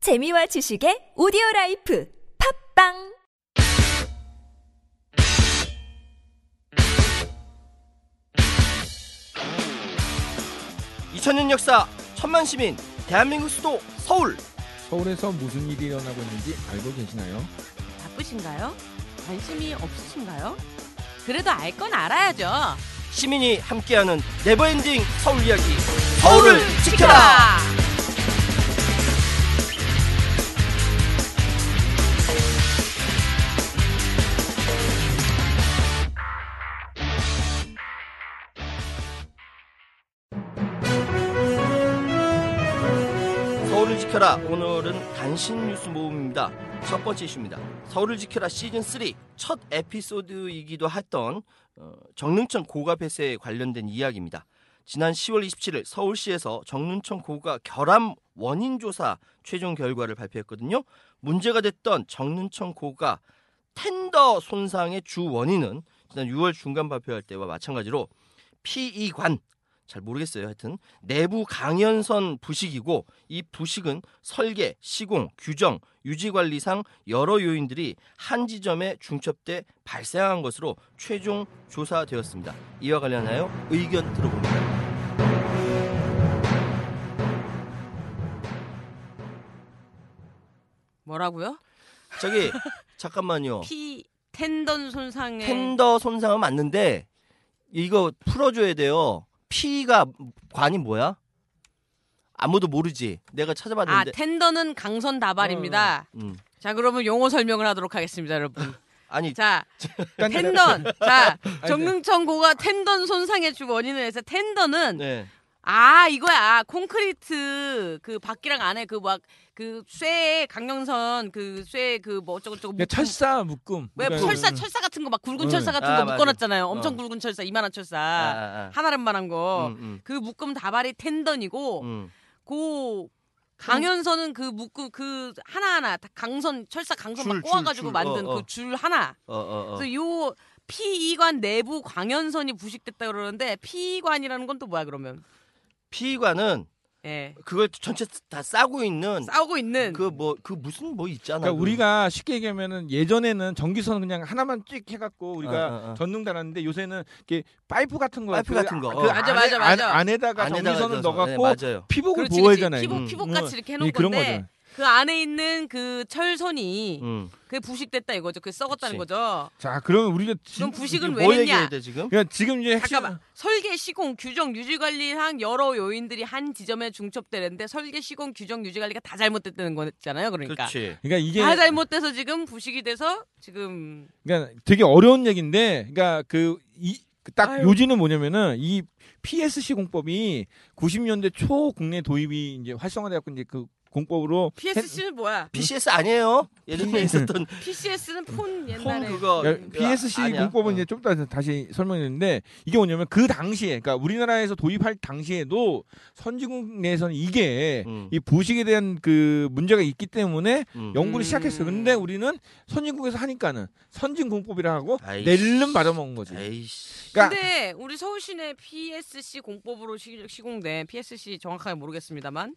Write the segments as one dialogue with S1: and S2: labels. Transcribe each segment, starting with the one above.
S1: 재미와 지식의 오디오 라이프 팝빵
S2: 이천년 역사 천만 시민 대한민국 수도 서울
S3: 서울에서 무슨 일이 일어나고 있는지 알고 계시나요?
S4: 바쁘신가요? 관심이 없으신가요? 그래도 알 건 알아야죠.
S2: 시민이 함께하는 네버엔딩 서울 이야기 서울을 지켜라 서울을 지켜라 오늘은 단신 뉴스 모음입니다 첫 번째 이슈입니다 서울을 지켜라 시즌 3 첫 에피소드이기도 했던 어, 정릉천 고가 폐쇄에 관련된 이야기입니다 지난 10월 27일 서울시에서 정릉천 고가 결함 원인 조사 최종 결과를 발표했거든요 문제가 됐던 정릉천 고가 텐더 손상의 주 원인은 지난 6월 중간 발표할 때와 마찬가지로 PE관 잘 모르겠어요. 하여튼 내부 강연선 부식이고 이 부식은 설계, 시공, 규정, 유지 관리상 여러 요인들이 한 지점에 중첩돼 발생한 것으로 최종 조사되었습니다. 이와 관련하여 의견 들어봅니다.
S4: 뭐라고요?
S2: 저기 잠깐만요.
S4: 피 텐던 손상에
S2: 텐더 손상은 맞는데 이거 풀어줘야 돼요. P가 관이 뭐야? 아무도 모르지. 내가
S4: 아
S2: 찾아봤는데.
S4: 텐던은 강선 다발입니다.
S2: 음.
S4: 자 그러면 용어 설명을 하도록 하겠습니다, 여러분.
S2: 아니
S4: 자 텐던 자
S2: 네.
S4: 정릉천 고가 텐던 손상의 주 원인을 해서 텐던은
S2: 네.
S4: 아 이거야 콘크리트 그 밖이랑 안에 그 막 그쇠 강령선 그쇠그뭐 어쩌고 저쩌고
S2: 네,
S3: 그러니까 철사 묶음.
S4: 왜
S3: 그러니까
S4: 철사
S3: 음.
S4: 철사 같은 거 막 굵은
S3: 응.
S4: 철사 같은
S2: 아,
S4: 거
S2: 맞아.
S4: 묶어놨잖아요. 엄청
S2: 어.
S4: 굵은 철사 이만한 철사
S2: 아, 아,
S4: 하나란만한 거.
S2: 음, 음.
S4: 그 묶음 다발이 텐던이고
S2: 음.
S4: 그 강연선은 그 묶음 그 하나 하나 강선 철사 강선
S2: 줄,
S4: 막
S2: 줄,
S4: 꼬아가지고
S2: 줄.
S4: 만든
S2: 어, 어.
S4: 그 줄 하나.
S2: 어, 어, 어.
S4: 그래서 요 피이관 내부 광연선이 부식됐다 그러는데 피이관이라는 건 또 뭐야 그러면?
S2: 피의관은
S4: 예.
S2: 그걸 전체 다 싸고 있는
S4: 싸우고 있는
S2: 그 뭐 그 무슨 뭐 있잖아.
S3: 그러니까
S2: 그.
S3: 우리가 쉽게 얘기하면은 예전에는 전기선 그냥 하나만 찍 해갖고
S4: 아,
S3: 우리가
S2: 어, 어, 어.
S3: 전능 달았는데 요새는 이렇게 파이프 같은 거
S2: 파이프
S3: 그
S2: 같은 거.
S3: 아-
S2: 어.
S3: 그
S4: 맞아,
S3: 안에,
S4: 맞아, 맞아.
S3: 안, 안에다가
S2: 안에다가 넣어서.
S3: 전기선을 넣어갖고
S2: 네, 맞아요.
S3: 피복을
S4: 그렇지,
S3: 보호해잖아요. 어.
S4: 그렇지. 피복, 피복같이 이렇게 해놓은
S3: 그런
S4: 건데.
S3: 거죠.
S4: 그 안에 있는 그 철선이
S2: 음.
S4: 그게 부식됐다 이거죠. 그게 썩었다는
S2: 그치.
S4: 거죠.
S3: 자, 그러면 우리가
S4: 그럼
S3: 지금
S4: 부식은
S2: 이게
S4: 왜
S2: 뭐
S4: 했냐?
S2: 얘기해야 돼 지금?
S3: 그러니까 지금 이제 핵심-
S4: 잠깐만. 설계, 시공, 규정, 유지 관리상 여러 요인들이 한 지점에 중첩되는데 설계, 시공, 규정, 유지 관리가 다 잘못됐다는 거잖아요. 그러니까
S2: 그렇지.
S3: 그러니까 이게
S4: 다 잘못돼서 지금 부식이 돼서 지금
S3: 그러니까 되게 어려운 얘기인데, 그러니까 그이딱
S4: 아유.
S3: 요지는 뭐냐면은 이 PSC 공법이 90년대 초 국내 도입이 이제 활성화되었고 이제 그 공법으로
S4: PSC는 뭐야?
S2: PCS 아니에요? 예전에 있었던
S4: PCS는 폰
S2: 폰
S4: 옛날에
S2: 어, 그거
S3: 야, PSC
S2: 아니야. 어.
S3: 공법은 이제 좀 이따 다시 설명했는데 이게 뭐냐면 그 당시에 그러니까 우리나라에서 도입할 당시에도 선진국 내에서는 이게
S2: 음.
S3: 이 부식에 대한 그 문제가 있기 때문에
S2: 음.
S3: 연구를
S4: 음.
S3: 시작했어요. 근데 우리는 선진국에서 하니까는 선진 공법이라 하고
S2: 아이씨.
S3: 낼름 받아먹은 거지.
S2: 에이씨.
S3: 그러니까
S4: 근데 우리 서울시내 PSC 공법으로 시- 시공된 PSC 정확하게 모르겠습니다만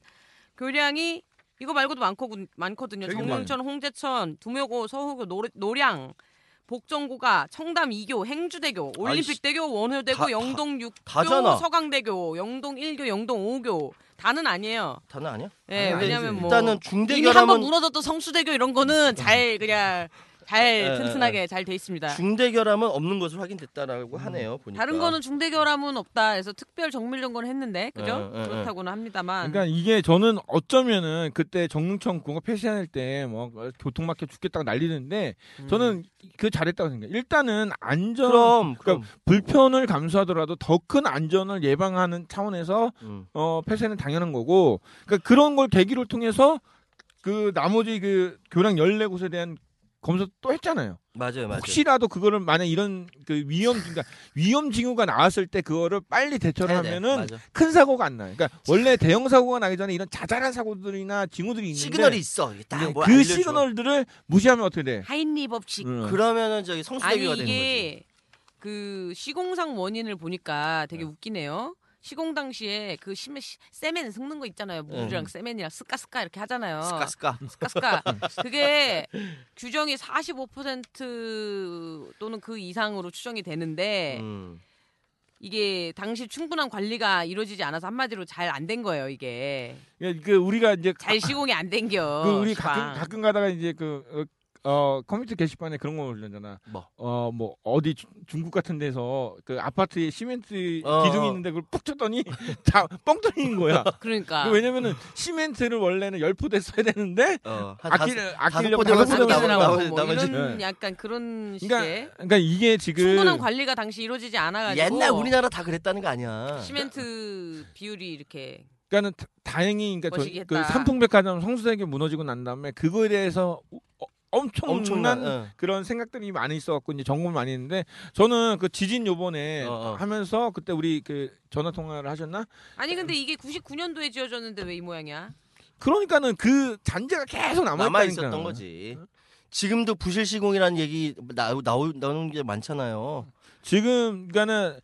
S4: 교량이 이거 말고도 많고, 많거든요.
S3: 되게
S4: 정릉천, 홍제천, 두묘고, 서호교, 노, 노량, 복정고가, 청담 2교, 행주대교,
S2: 아이씨.
S4: 올림픽대교, 원효대교,
S2: 다- 다-
S4: 영동 6교,
S2: 다잖아.
S4: 서강대교, 영동 1교, 영동 5교. 다는 아니에요.
S2: 다는 아니야?
S4: 예,
S3: 아니,
S4: 왜냐면
S3: 아니지.
S4: 뭐
S2: 일단은
S4: 이미 한번
S2: 중대결함은
S4: 무너졌던 성수대교 이런 거는 잘 그냥
S2: 예,
S4: 잘
S2: 예,
S4: 튼튼하게 잘 돼 있습니다.
S2: 중대결함은 없는 것으로
S3: 음.
S2: 확인됐다라고 하네요. 보니까.
S4: 네. 다른 거는 중대결함은 없다 해서 특별 정밀 연구는 했는데 그죠?
S2: 예, 예, 예.
S4: 그렇다고는 합니다만
S3: 그러니까 이게 저는 어쩌면은 그때 정릉천 공업 폐쇄할 때 뭐 교통막혀 죽겠다고 난리는데 저는 그 잘했다고 생각해요. 일단은 안전
S2: 음. 그럼 그럼.
S3: 그러니까 불편을 감수하더라도 더 큰 안전을 예방하는 차원에서
S2: 음.
S3: 어, 폐쇄는 당연한 거고 그러니까 그런 걸 계기로 통해서 그 나머지 그 교량 14곳에 대한 검사 또 했잖아요.
S2: 맞아요, 맞아요.
S3: 혹시라도 그거를 만약 이런 그 위험 그러니까 위험 징후가 나왔을 때 그거를 빨리 대처를
S2: 해야 돼.
S3: 하면은
S2: 맞아.
S3: 큰 사고가 안 나요. 그러니까 원래 대형 사고가 나기 전에 이런 자잘한 사고들이나 징후들이 있는데
S2: 시그널이 있어. 이게
S3: 근데
S2: 딱
S3: 그
S2: 뭐 알려줘.
S3: 시그널들을 무시하면 어떻게 돼?
S4: 하인리 법칙
S3: 응.
S2: 그러면은 저기
S4: 아니
S2: 성수대교가 되는 음, 거지. 예.
S4: 이게 그 시공상 원인을 보니까 되게 웃기네요. 시공 당시에 그 심해 시- 세멘 섞는 거 있잖아요. 물이랑
S2: 음.
S4: 세멘이랑 스까스까 이렇게 하잖아요.
S2: 스카스카.
S4: 스까스까. 그게 규정이 45% 또는 그 이상으로 추정이 되는데
S2: 음.
S4: 이게 당시 충분한 관리가 이루어지지 않아서 한마디로 잘 안 된 거예요. 이게
S3: 예, 그 우리가 이제 가-
S4: 잘 시공이 안 된겨.
S3: 그 우리
S4: 시방.
S3: 가끔 가끔 가다가 이제 그 어, 어, 컴퓨터 게시판에 그런 거 올렸잖아.
S2: 뭐?
S3: 어, 뭐 어디 주- 중국 같은 데서 그 아파트에 시멘트
S2: 어, 어.
S3: 기둥이 있는데 그걸 푹 쳤더니 다뻥 뚫린 거야.
S4: 그러니까
S3: 그 왜냐면은 시멘트를 원래는 열 포대 써야 되는데
S2: 어, 한 다섯-
S3: 아끼려 그 아끼려고
S2: 포대만
S3: 다섯
S2: 쓰는
S3: 포대만
S2: 거야.
S3: 쓰는
S4: 나오고
S2: 나머지-
S4: 뭐
S2: 나머지-
S4: 이런
S3: 네.
S4: 약간 그런 식의
S3: 그러니까 그러니까 이게
S4: 충분한
S3: 지금
S4: 관리가 당시 이루어지지 않아가지고
S2: 옛날 우리나라 다 그랬다는 거 아니야.
S4: 시멘트 비율이 이렇게
S3: 그러니까는 다- 다행히 그러니까 저,
S4: 멋지겠다.
S3: 그 삼풍백화점 성수대교 무너지고 난 다음에 그거에 대해서 어, 엄청난,
S2: 엄청난. 어.
S3: 그런 생각들이 많이 있어갖고 이제 점검을 많이 했는데 저는 그 지진 요번에
S2: 어, 어.
S3: 하면서 그때 우리 그 전화 통화를 하셨나?
S4: 아니 근데 이게 99년도에 지어졌는데 왜 이 모양이야?
S3: 그러니까는 그 잔재가 계속 남아
S2: 어, 남아 있었던 거지. 지금도 부실 시공이라는 얘기 나, 나오, 나오는 게 많잖아요.
S3: 지금 그러니까는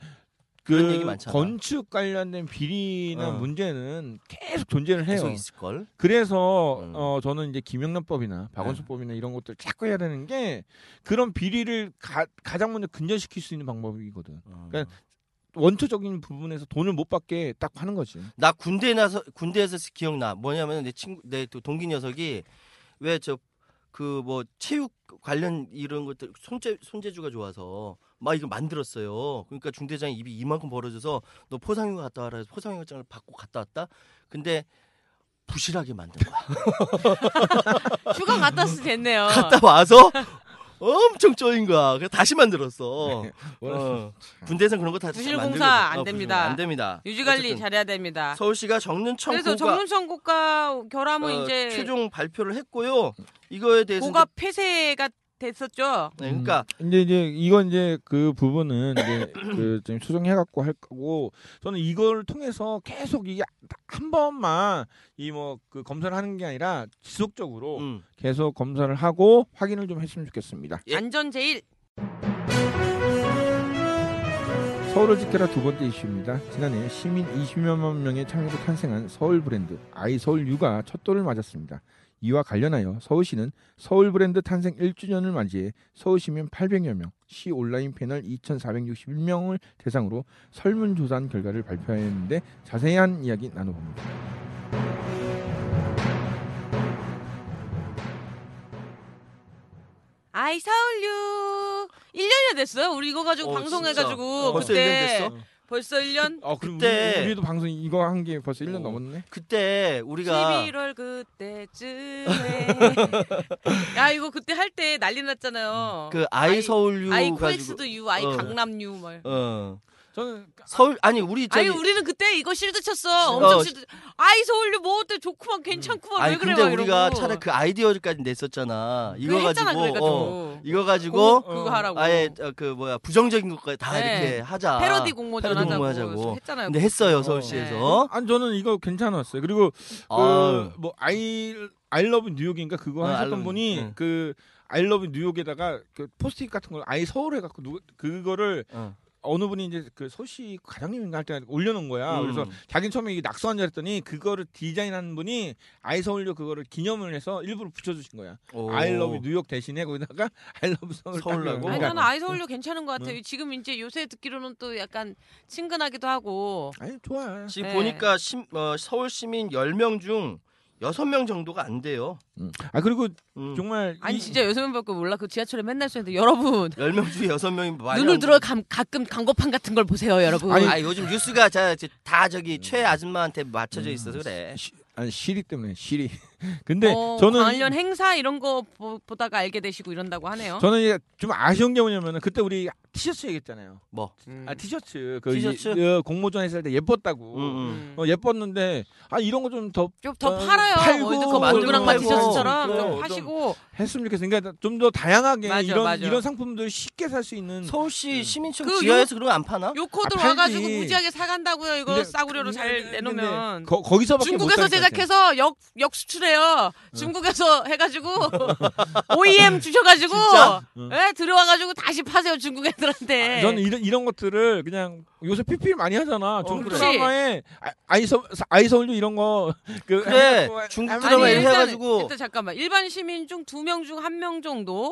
S2: 그런 얘기
S3: 그
S2: 많잖아.
S3: 건축 관련된 비리나
S2: 어.
S3: 문제는 계속 존재를 해요.
S2: 계속 있을 걸.
S3: 그래서
S2: 음. 네.
S3: 어 저는 이제 김영란법이나 박원순법이나 이런 것들 자꾸 해야 되는 게 그런 비리를 가, 가장 먼저 근절시킬 수 있는 방법이거든.
S2: 어.
S3: 그러니까 원초적인 부분에서 돈을 못 받게 딱 하는 거지.
S2: 나 군대 나서 군대에서 기억나. 뭐냐면 내 친구 내 또 동기 녀석이 왜 저 그 뭐 체육 관련 이런 것들 손재 손재주가 좋아서 막 이거 만들었어요. 그러니까 중대장이 입이 이만큼 벌어져서 너 포상휴가 갔다 와라 해서 포상휴가장을 받고 갔다 왔다. 근데 부실하게 만든 거야.
S4: 휴가 갔다 왔을 됐네요.
S2: 갔다 와서 엄청 쪼인 거야. 그래서 다시 만들었어. 어. 군대에서 그런 거다
S4: 부실 공사 안 됩니다.
S2: 어, 안 됩니다.
S4: 유지 관리
S2: 어쨌든
S4: 잘해야 됩니다.
S2: 서울시가 정릉청
S4: 그래서
S2: 고가
S4: 정문천 고가 결함은
S2: 어,
S4: 이제
S2: 최종 발표를 했고요. 이거에 대해서
S4: 고가 폐쇄가 됐었죠.
S2: 이제- 네, 그러니까
S3: 음, 근데 이제 이건 이제 그 부분은 이제 그좀 수정해 갖고 할 거고 저는 이걸 통해서 계속 이게 한 번만 이 뭐 그 검사를 하는 게 아니라 지속적으로
S2: 음,
S3: 계속 검사를 하고 확인을 좀 했으면 좋겠습니다.
S2: 예.
S4: 안전 제일
S3: 서울을 지켜라 두 번째 이슈입니다. 지난해 시민 20여만 명의 참여로 탄생한 서울 브랜드 아이 서울 유가 첫 돌을 맞았습니다. 이와 관련하여 서울시는 서울 브랜드 탄생 1주년을 맞이해 서울 시민 800여 명, 시 온라인 패널 2,461명을 대상으로 설문조사한 결과를 발표했는데 자세한 이야기 나눠봅니다.
S4: 아이 서울유 1년이 됐어요. 우리 이거 가지고
S2: 어,
S4: 방송해가지고
S2: 진짜. 어, 벌써
S4: 그때
S2: 1년 됐어? 어,
S4: 벌써 1년.
S3: 아, 어. 그럼
S2: 그때-
S3: 우리, 우리도 방송 이거 한 게 벌써 1년
S2: 오.
S3: 넘었네.
S2: 그때 우리가
S4: 11월 그때쯤에 야 이거 그때 할 때 난리 났잖아요.
S2: 그 아이
S4: 아이-
S2: 서울유
S4: 아이
S2: 가지고
S4: 코엑스도 유, 아이
S2: 어.
S4: 강남유 말.
S2: 어.
S3: 저는
S2: 서울 아니 우리 저기
S4: 아니 우리는 그때 이거 실드 쳤어. 엄청
S2: 어,
S4: 실드. 아이 서울유 뭐 어때 좋구만 괜찮구만
S2: 아니,
S4: 왜 그래
S2: 근데
S4: 막
S2: 우리가
S4: 이러고.
S2: 차라리 그 아이디어까지 냈었잖아. 이거
S4: 그거 했잖아,
S2: 가지고
S4: 그러니까
S2: 어,
S4: 좀.
S2: 이거
S4: 공-
S2: 가지고
S4: 그거 하라고.
S2: 아예 어, 그 뭐야 부정적인 것까지 다
S4: 네.
S2: 이렇게 하자.
S4: 패러디 공모전
S2: 패러디
S4: 하자고
S2: 공모하자고.
S4: 했잖아요.
S2: 근데 했어요 서울시에서.
S3: 아니 저는 이거 괜찮았어요. 그리고
S4: 네.
S2: 아.
S3: 그 뭐 아이 아이러브 뉴욕인가 그거
S2: 어, I
S3: 하셨던
S2: Love-
S3: 분이
S2: 네.
S3: 그 아이러브 뉴욕에다가 그 포스트잇 같은 걸 아예 서울에 갖고 누 그거를
S2: 어.
S3: 어느 분이 이제 그 서울시 과장님인가 할 때 올려놓은 거야.
S2: 음.
S3: 그래서 자기는 처음에 이게 낙서한 줄 알았더니 그거를 디자인한 분이 아이 서울역 그거를 기념을 해서 일부러 붙여주신 거야.
S2: 오.
S3: 아이러브 뉴욕 대신에 거기다가 아이러브 서울
S2: 서울하고?
S4: 아니
S2: 그러니까.
S4: 나는
S3: 뭐
S4: 아이 서울유 괜찮은 것 같아요. 지금 이제 요새 듣기로는 또 약간 친근하기도 하고
S3: 아니 좋아.
S2: 지금
S4: 네.
S2: 보니까 심- 어, 서울 시민 10명 중 6명 정도가 안 돼요.
S3: 음. 아 그리고
S2: 음.
S3: 정말
S4: 아니
S3: 이-
S4: 진짜 요새밖에 몰라 그 지하철에 맨날 쓰는데 여러분
S2: 10명 중에 6명이
S3: 뭐
S2: 많이
S4: 눈을
S2: 안
S4: 들어 감, 가끔 광고판 같은 걸 보세요 여러분.
S2: 아니, 음. 아니, 요즘 뉴스가 자, 저- 다 저기 최 아줌마한테 맞춰져 있어서 그래.
S3: 시, 아니 시리 때문에 시리. 근데
S4: 어,
S3: 저는
S4: 관련 행사 이런 거 보, 보다가 알게 되시고 이런다고 하네요.
S3: 저는 이제 좀 아쉬운 게 뭐냐면은 그때 우리 티셔츠 얘기했잖아요.
S2: 뭐.
S4: 음.
S3: 아 티셔츠 그
S2: 티셔츠?
S3: 이- 어, 공모전 했을 때 예뻤다고.
S2: 음, 음.
S4: 음.
S3: 어, 예뻤는데 아 이런 거 좀 더
S4: 좀 더
S3: 어,
S4: 팔아요.
S3: 팔고,
S4: 월드컵
S2: 만들고
S4: 얼굴랑만
S2: 팔고.
S4: 티셔츠처럼
S2: 그래,
S4: 좀
S2: 좀.
S4: 하시고
S3: 했으면 좋겠어요. 그러니까 좀 더 다양하게
S4: 맞아,
S3: 이런
S4: 맞아.
S3: 이런 상품들을 쉽게 살 수
S2: 음.
S3: 있는
S2: 서울시 시민청
S4: 그
S2: 지하에서 그런 거 안 파나?
S4: 요 코드
S3: 아, 팔지.
S4: 와가지고 무지하게 사간다고요. 이거
S3: 근데-
S4: 싸구려로 잘
S3: 근데
S4: 내놓으면.
S3: 거, 거기서밖에
S4: 중국에서
S3: 못살것 같아요.
S4: 제작해서 역, 역수출해요. 중국에서 해가지고, OEM 주셔가지고,
S2: 진짜? 아,
S4: 예, 들어와가지고 다시 파세요, 중국에서. 사람들한테.
S3: 저는 이런 이런 것들을 그냥 요새 PPL 많이
S4: 어,
S3: 하잖아. 중국
S2: 그래.
S3: 드라마에 아- 아이서 아이서울도 이런 거 그,
S2: 그래, 중국
S3: 아니,
S2: 드라마
S4: 아니,
S2: 일
S4: 일단은-
S2: 해가지고
S4: 일단 잠깐만 일반 시민 중 두 명 중 한 명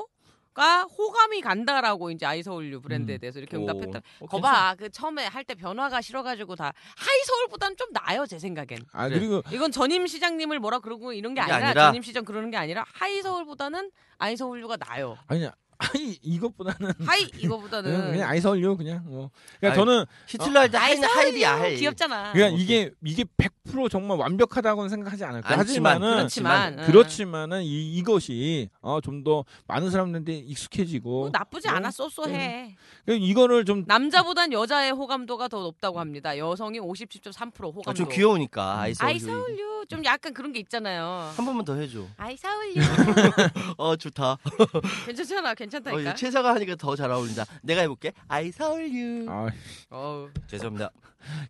S4: 정도가 호감이 간다라고 이제 아이서울류 브랜드에
S3: 음.
S4: 대해서 이렇게
S2: 오,
S4: 응답했다.
S2: 어, 괜찮아.
S4: 거봐 그 처음에 할 때 변화가 싫어가지고 다 하이서울보다는 좀 나아요 제 생각엔.
S5: 아
S2: 그래.
S5: 그리고
S4: 이건 전임 시장님을 뭐라 그러고 이런 게
S2: 이게
S4: 아니라,
S2: 아니라-
S4: 전임 시장 그러는 게 아니라 하이서울보다는 아이서울류가 나요.
S3: 아니 아니 이것보다는
S2: 음.
S4: 하이
S3: 그냥,
S4: 이거보다는
S3: 그냥 아이서울요 그냥 뭐. 그러니까
S2: 아이,
S3: 저는
S2: 히틀러 할때 음, 하이는 하이리야 하이.
S4: 어. 귀엽잖아.
S3: 뭐 그냥 그러니까 이게 이게 100% 정말 완벽하다고는 생각하지 않을 거야.
S2: 않지만,
S3: 하지만은 음.
S4: 그렇지만 음. 응.
S3: 그렇지만은 이, 이것이 어, 좀 더 많은 사람들한테 익숙해지고
S4: 뭐 나쁘지
S3: 뭐,
S4: 않아 쏘쏘해.
S3: 그냥 이거를 좀
S4: 남자보단 여자의 호감도가 더 높다고 합니다. 여성이 57.3%뭐 호감도.
S2: 아, 좀 귀여우니까 아이서.
S4: 음. 아이사울류 좀 약간 그런 게 있잖아요.
S2: 한 번만 더 해줘.
S4: 아이사울류
S2: 어 좋다.
S4: 괜찮잖아,
S2: 어,
S4: 괜찮다니까.
S2: 이거 최사가 하니까 더 잘 어울린다. 내가 해볼게. 아이서울유.
S3: 아,
S4: 어우.
S2: 죄송합니다.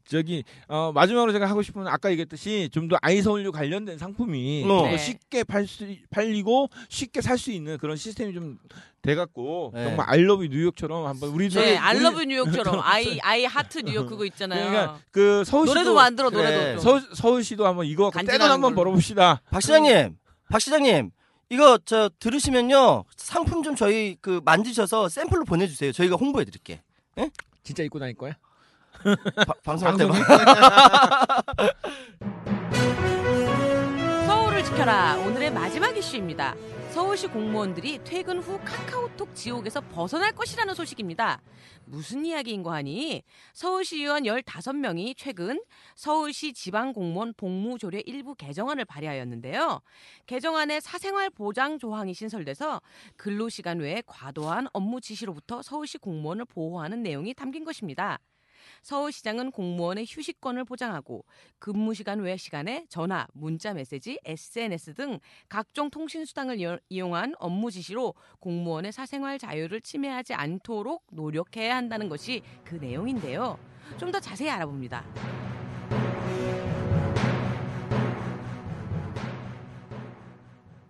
S3: 저기 어, 마지막으로 제가 하고 싶은 아까 얘기했듯이 좀 더 아이서울류 관련된 상품이
S2: 어.
S3: 좀더
S4: 네.
S3: 쉽게 팔 수, 팔리고 쉽게 살 수 있는 그런 시스템이 좀 돼갖고
S2: 네.
S3: 정말 알러비 뉴욕처럼 한번 우리도
S4: 네,
S3: 우리-
S4: 알러브 뉴욕처럼 아이 아이 하트 뉴욕 그거 있잖아요.
S3: 그러니까 그 서울시도
S4: 노래도 만들어
S2: 그래.
S4: 노래도 좀.
S3: 서울, 서울시도 한번 이거 갖고 떼돈
S4: 간지나는
S3: 한번
S4: 걸로.
S3: 벌어봅시다.
S2: 박 시장님, 박 시장님, 이거 저 들으시면요 상품 좀 저희 그 만드셔서 샘플로 보내주세요. 저희가 홍보해드릴게.
S3: 진짜 입고 다닐 거야?
S2: 바- 방송할 때 봐.
S4: 서울을 지켜라 오늘의 마지막 이슈입니다. 서울시 공무원들이 퇴근 후 카카오톡 지옥에서 벗어날 것이라는 소식입니다. 무슨 이야기인고 하니 서울시 의원 15명이 최근 서울시 지방공무원 복무조례 일부 개정안을 발의하였는데요. 개정안에 사생활 보장 조항이 신설돼서 근로시간 외에 과도한 업무 지시로부터 서울시 공무원을 보호하는 내용이 담긴 것입니다. 서울시장은 공무원의 휴식권을 보장하고 근무 시간 외 시간에 전화, 문자 메시지, SNS 등 각종 통신 수단을 이어- 이용한 업무 지시로 공무원의 사생활 자유를 침해하지 않도록 노력해야 한다는 것이 그 내용인데요. 좀 더 자세히 알아봅니다.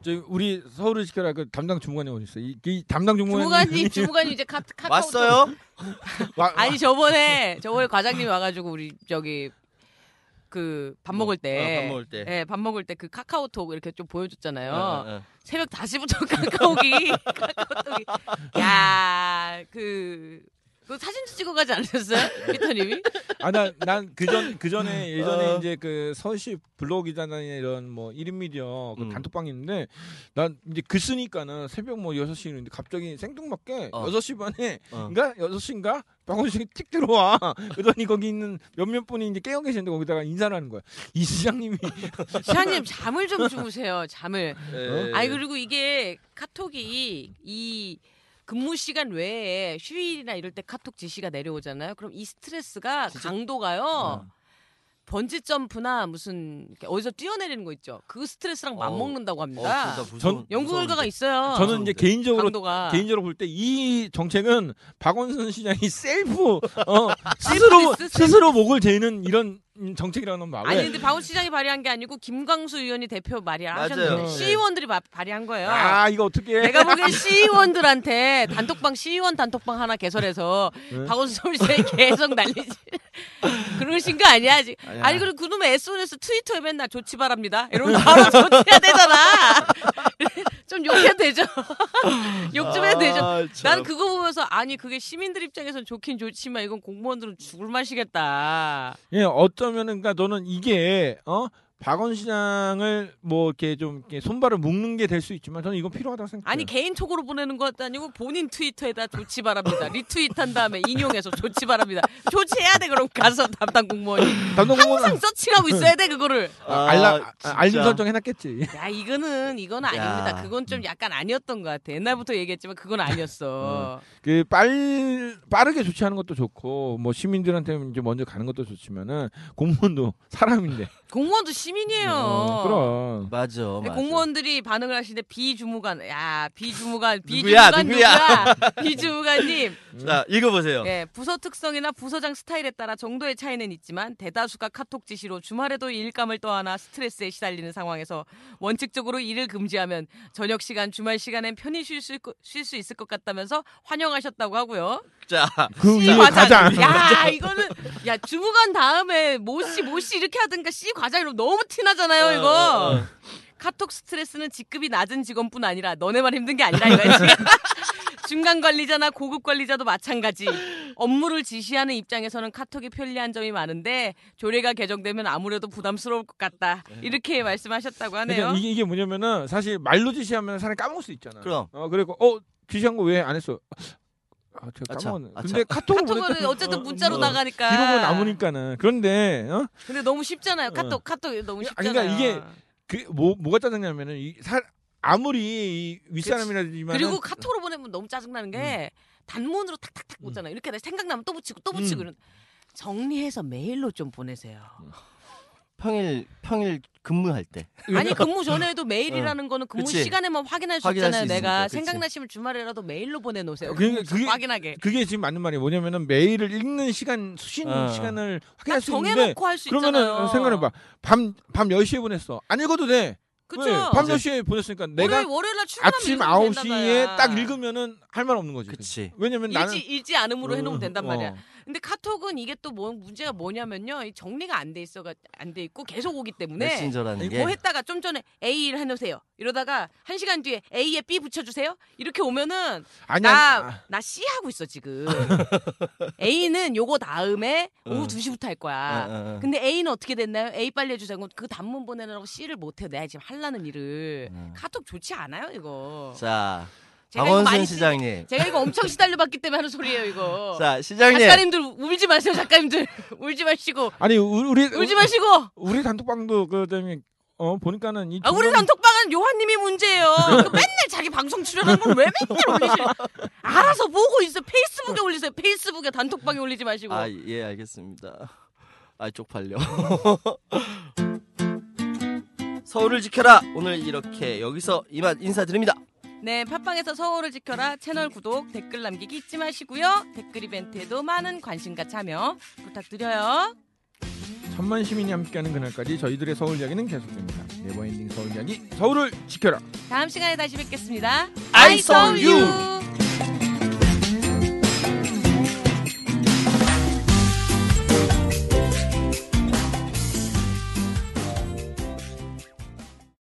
S3: 저 우리 서울을 지켜라 그 담당 주무관이 어디 있어? 이, 이 담당 주무관이
S4: 주무관님, 주무관님 이제 카, 카카오
S2: 왔어요?
S3: 와-
S4: 아니 저번에 저번에 과장님이 와가지고 우리 저기 그 밥 먹을 때.
S2: 어, 밥 먹을 때.
S4: 예, 밥 먹을 때 그 카카오톡 이렇게 좀 보여줬잖아요.
S2: 어, 어.
S4: 새벽 5시부터 카카오기 카카오톡이 야그 그 사진도 찍어가지 않으셨어요? 피터님이?
S3: 아난난 그전 그전에 예전에
S2: 어.
S3: 이제 그 서울시 블로그이나 이런 뭐 1인 미디어 그
S2: 음.
S3: 단톡방이 있는데 난 이제 글 쓰니까는 새벽 뭐 6시 인데 갑자기 생뚱맞게
S2: 어.
S3: 6시 반에
S2: 어.
S3: 인가 6시인가 박원식이 틱 들어와 그러더니 거기 있는 몇몇 분이 이제 깨어 계시는데 거기다가 인사를 하는 거야 이 시장님이
S4: 시아님 잠을 좀 주무세요 잠을
S2: 예.
S4: 어? 아니 그리고 이게 카톡이 이 근무 시간 외에 휴일이나 이럴 때 카톡 지시가 내려오잖아요 그럼 이 스트레스가 강도가요 번지 점프나 무슨 이렇게 어디서 뛰어내리는 거 있죠 그 스트레스랑 맞먹는다고
S2: 어,
S4: 합니다
S2: 진짜 무서운-
S3: 전-
S4: 연구
S2: 무서운데.
S4: 결과가 있어요
S3: 저는 이제 개인적으로
S4: 강도가
S3: 개인적으로 볼 때 이 정책은 박원순 시장이 셀프 어, 스스로
S4: 디스, 셀프
S3: 스스로 목을 재는 이런 음, 정책이라는 말에
S4: 아니 근데 박원 시장이 발의한 게 아니고 김광수 의원이 대표 발의
S2: 맞아요.
S4: 하셨는데
S3: 네.
S4: 시의원들이 바- 발의한 거예요.
S3: 아 이거 어떻게
S4: 내가 보기엔 시의원들한테 단톡방 시의원 단톡방 하나 개설해서
S3: 네.
S4: 박원순 서울시장이 계속 날리지 그러신 거 아니야 아직
S2: 아니야.
S4: 아니 그리고 그놈의 SNS 트위터에 맨날 조치 바랍니다 이러면 바로 조치해야 되잖아 좀 욕해도 되죠 욕 좀 해도 되죠
S2: 아,
S4: 난
S2: 참.
S4: 그거 보면서 아니 그게 시민들 입장에선 좋긴 좋지만 이건 공무원들은 죽을 맛이겠다
S3: 예, 어쩌면은 그러니까 너는 이게 어 박원 시장을 뭐 이렇게 좀 이렇게 손발을 묶는 게 될 수 있지만 저는 이건 필요하다고 생각해요.
S4: 아니 개인 톡으로 보내는 것도 아니고 본인 트위터에다 조치 바랍니다. 리트윗한 다음에 인용해서 조치 바랍니다. 조치해야 돼 그럼 가서 담당 공무원이
S3: 담당 공무원
S4: 항상 서칭하고 있어야 돼 그거를.
S2: 아,
S3: 음. 알람 아,
S2: 진짜.
S3: 알림 설정 해놨겠지.
S4: 야 이거는 이건 아닙니다.
S2: 야.
S4: 그건 좀 약간 아니었던 것 같아. 옛날부터 얘기했지만 그건 아니었어.
S3: 그 빨 빠르게 조치하는 것도 좋고 뭐 시민들한테 이제 먼저 가는 것도 좋지만은 공무원도 사람인데
S4: 공무원도 시민이에요.
S6: 어, 그럼.
S2: 맞아. 맞아.
S4: 네, 공무원들이 반응을 하시는데 비주무관, 야 비주무관,
S2: 누구야,
S4: 비주무관 누구야? 비주무관님,
S2: 자, 읽어보세요.
S4: 예, 부서 특성이나 부서장 스타일에 따라 정도의 차이는 있지만 대다수가 카톡 지시로 주말에도 일감을 떠안아 스트레스에 시달리는 상황에서 원칙적으로 일을 금지하면 저녁 시간, 주말 시간엔 편히 쉴 수 있을 것 같다면서 환영하셨다고 하고요.
S2: 자,
S6: 그
S4: C
S6: 위에 가장.
S4: 과장. 야 이거는 야 주무관 다음에 뭐 모씨 모씨 이렇게 하든가 C 과장 이러면 너무 티나잖아요
S2: 어, 어,
S4: 이거.
S2: 어.
S4: 카톡 스트레스는 직급이 낮은 직원뿐 아니라 너네만 힘든 게 아니라 이거지. 중간 관리자나 고급 관리자도 마찬가지. 업무를 지시하는 입장에서는 카톡이 편리한 점이 많은데 조례가 개정되면 아무래도 부담스러울 것 같다. 이렇게 말씀하셨다고 아, 하네요.
S3: 네. 그러니까 이게, 이게 뭐냐면은 사실 말로 지시하면 사람이 까먹을 수 있잖아.
S2: 그럼.
S3: 어 그리고 어 지시한 거 왜 안 했어? 아 제가
S2: 아차,
S3: 까먹었네.
S2: 아차.
S3: 근데 카톡을
S4: 카톡은 어쨌든 문자로
S3: 어,
S4: 나가니까.
S3: 기록은 남으니까는 그런데 어?
S4: 근데 너무 쉽잖아요.
S3: 어.
S4: 카톡 카톡 너무
S3: 아니,
S4: 쉽잖아요.
S3: 그러니까 이게 그뭐 뭐가 짜증나냐면은 이 사, 아무리 이 윗사람이라지만
S4: 그리고 카톡으로 보내면 너무 짜증나는 게 단문으로 탁탁탁 오잖아. 요 이렇게 생각나면 또 붙이고 또 붙이고
S3: 음. 음.
S4: 이런. 정리해서 메일로 좀 보내세요.
S2: 평일 평일 근무할 때.
S4: 아니 근무 전에도
S3: 어.
S4: 메일이라는 거는 근무
S2: 그치.
S4: 시간에만 뭐 확인할 수
S2: 확인할
S4: 있잖아요.
S2: 수 있으니까,
S4: 내가
S2: 그치.
S4: 생각나시면 주말에라도 메일로 보내놓으세요.
S3: 그러니까 그게-
S4: 확인하게.
S3: 그게 지금 맞는 말이 뭐냐면은 메일을 읽는 시간 수신
S2: 어.
S3: 시간을
S4: 딱
S3: 확인할 수 있는데
S4: 정해놓고 할 수 있잖아요.
S3: 그러면은 생각해봐 밤 밤 10시에 보냈어 안 읽어도 돼
S4: 그쵸?
S3: 왜? 밤
S2: 이제-
S3: 10시에 보냈으니까 내가
S4: 월요일 월요일 날 출근하면
S3: 아침
S4: 읽으면
S3: 9시에
S4: 된다가야.
S3: 딱 읽으면은 할 말 없는 거지
S2: 그치.
S3: 왜냐면 나는
S4: 일지 일지 않음으로 해놓으면 된단
S3: 어,
S4: 말이야. 근데 카톡은 이게 또 뭐 문제가 뭐냐면요. 이 정리가 안 돼 있어가 안 돼 있고 계속 오기 때문에
S3: 네,
S2: 메신저라는 게.
S4: 뭐 했다가 좀 전에 A를 해놓으세요. 이러다가 한 시간 뒤에 A에 B 붙여주세요. 이렇게 오면은
S3: 아니
S4: 나
S3: 아니,
S4: 나 C 하고 있어 지금. A는 요거 다음에 오후
S2: 응.
S4: 2시부터 할
S2: 응,
S4: 거야.
S2: 응, 응.
S4: 근데 A는 어떻게 됐나요? A 빨리 해주세요. 그럼 그 단문 보내느라고 C를 못해. 내가 지금 하려는 일을.
S2: 응.
S4: 카톡 좋지 않아요 이거.
S2: 자,
S4: 제가 이거
S2: 박원순
S4: 많이
S2: 시장님.
S4: 쓰- 제가 이거 엄청 시달려봤기 때문에 하는 소리예요 이거. 아,
S2: 자, 시장님.
S4: 작가님들 울지 마세요 작가님들. 울지 마시고
S3: 아니 우- 우리
S4: 울지 마시고.
S3: 우리 단톡방도 그다음에 어 보니까는 이
S4: 아, 우리
S3: 중간-
S4: 단톡방은 요한님이 문제예요. 그 맨날 자기 방송 출연하는 걸 왜 맨날 올리지? 알아서 보고 있어. 페이스북에 올리세요. 페이스북에 단톡방에 올리지 마시고.
S2: 아, 예, 알겠습니다. 아, 쪽팔려. 서울을 지켜라. 오늘 이렇게 여기서 이만 인사드립니다.
S4: 네, 팟빵에서 서울을 지켜라 채널 구독, 댓글 남기기 잊지 마시고요. 댓글 이벤트에도 많은 관심과 참여 부탁드려요.
S3: 천만 시민이 함께하는 그날까지 저희들의 서울 이야기는 계속됩니다. 네버엔딩 서울 이야기 서울을 지켜라.
S4: 다음 시간에 다시 뵙겠습니다.
S2: I saw you.
S4: you.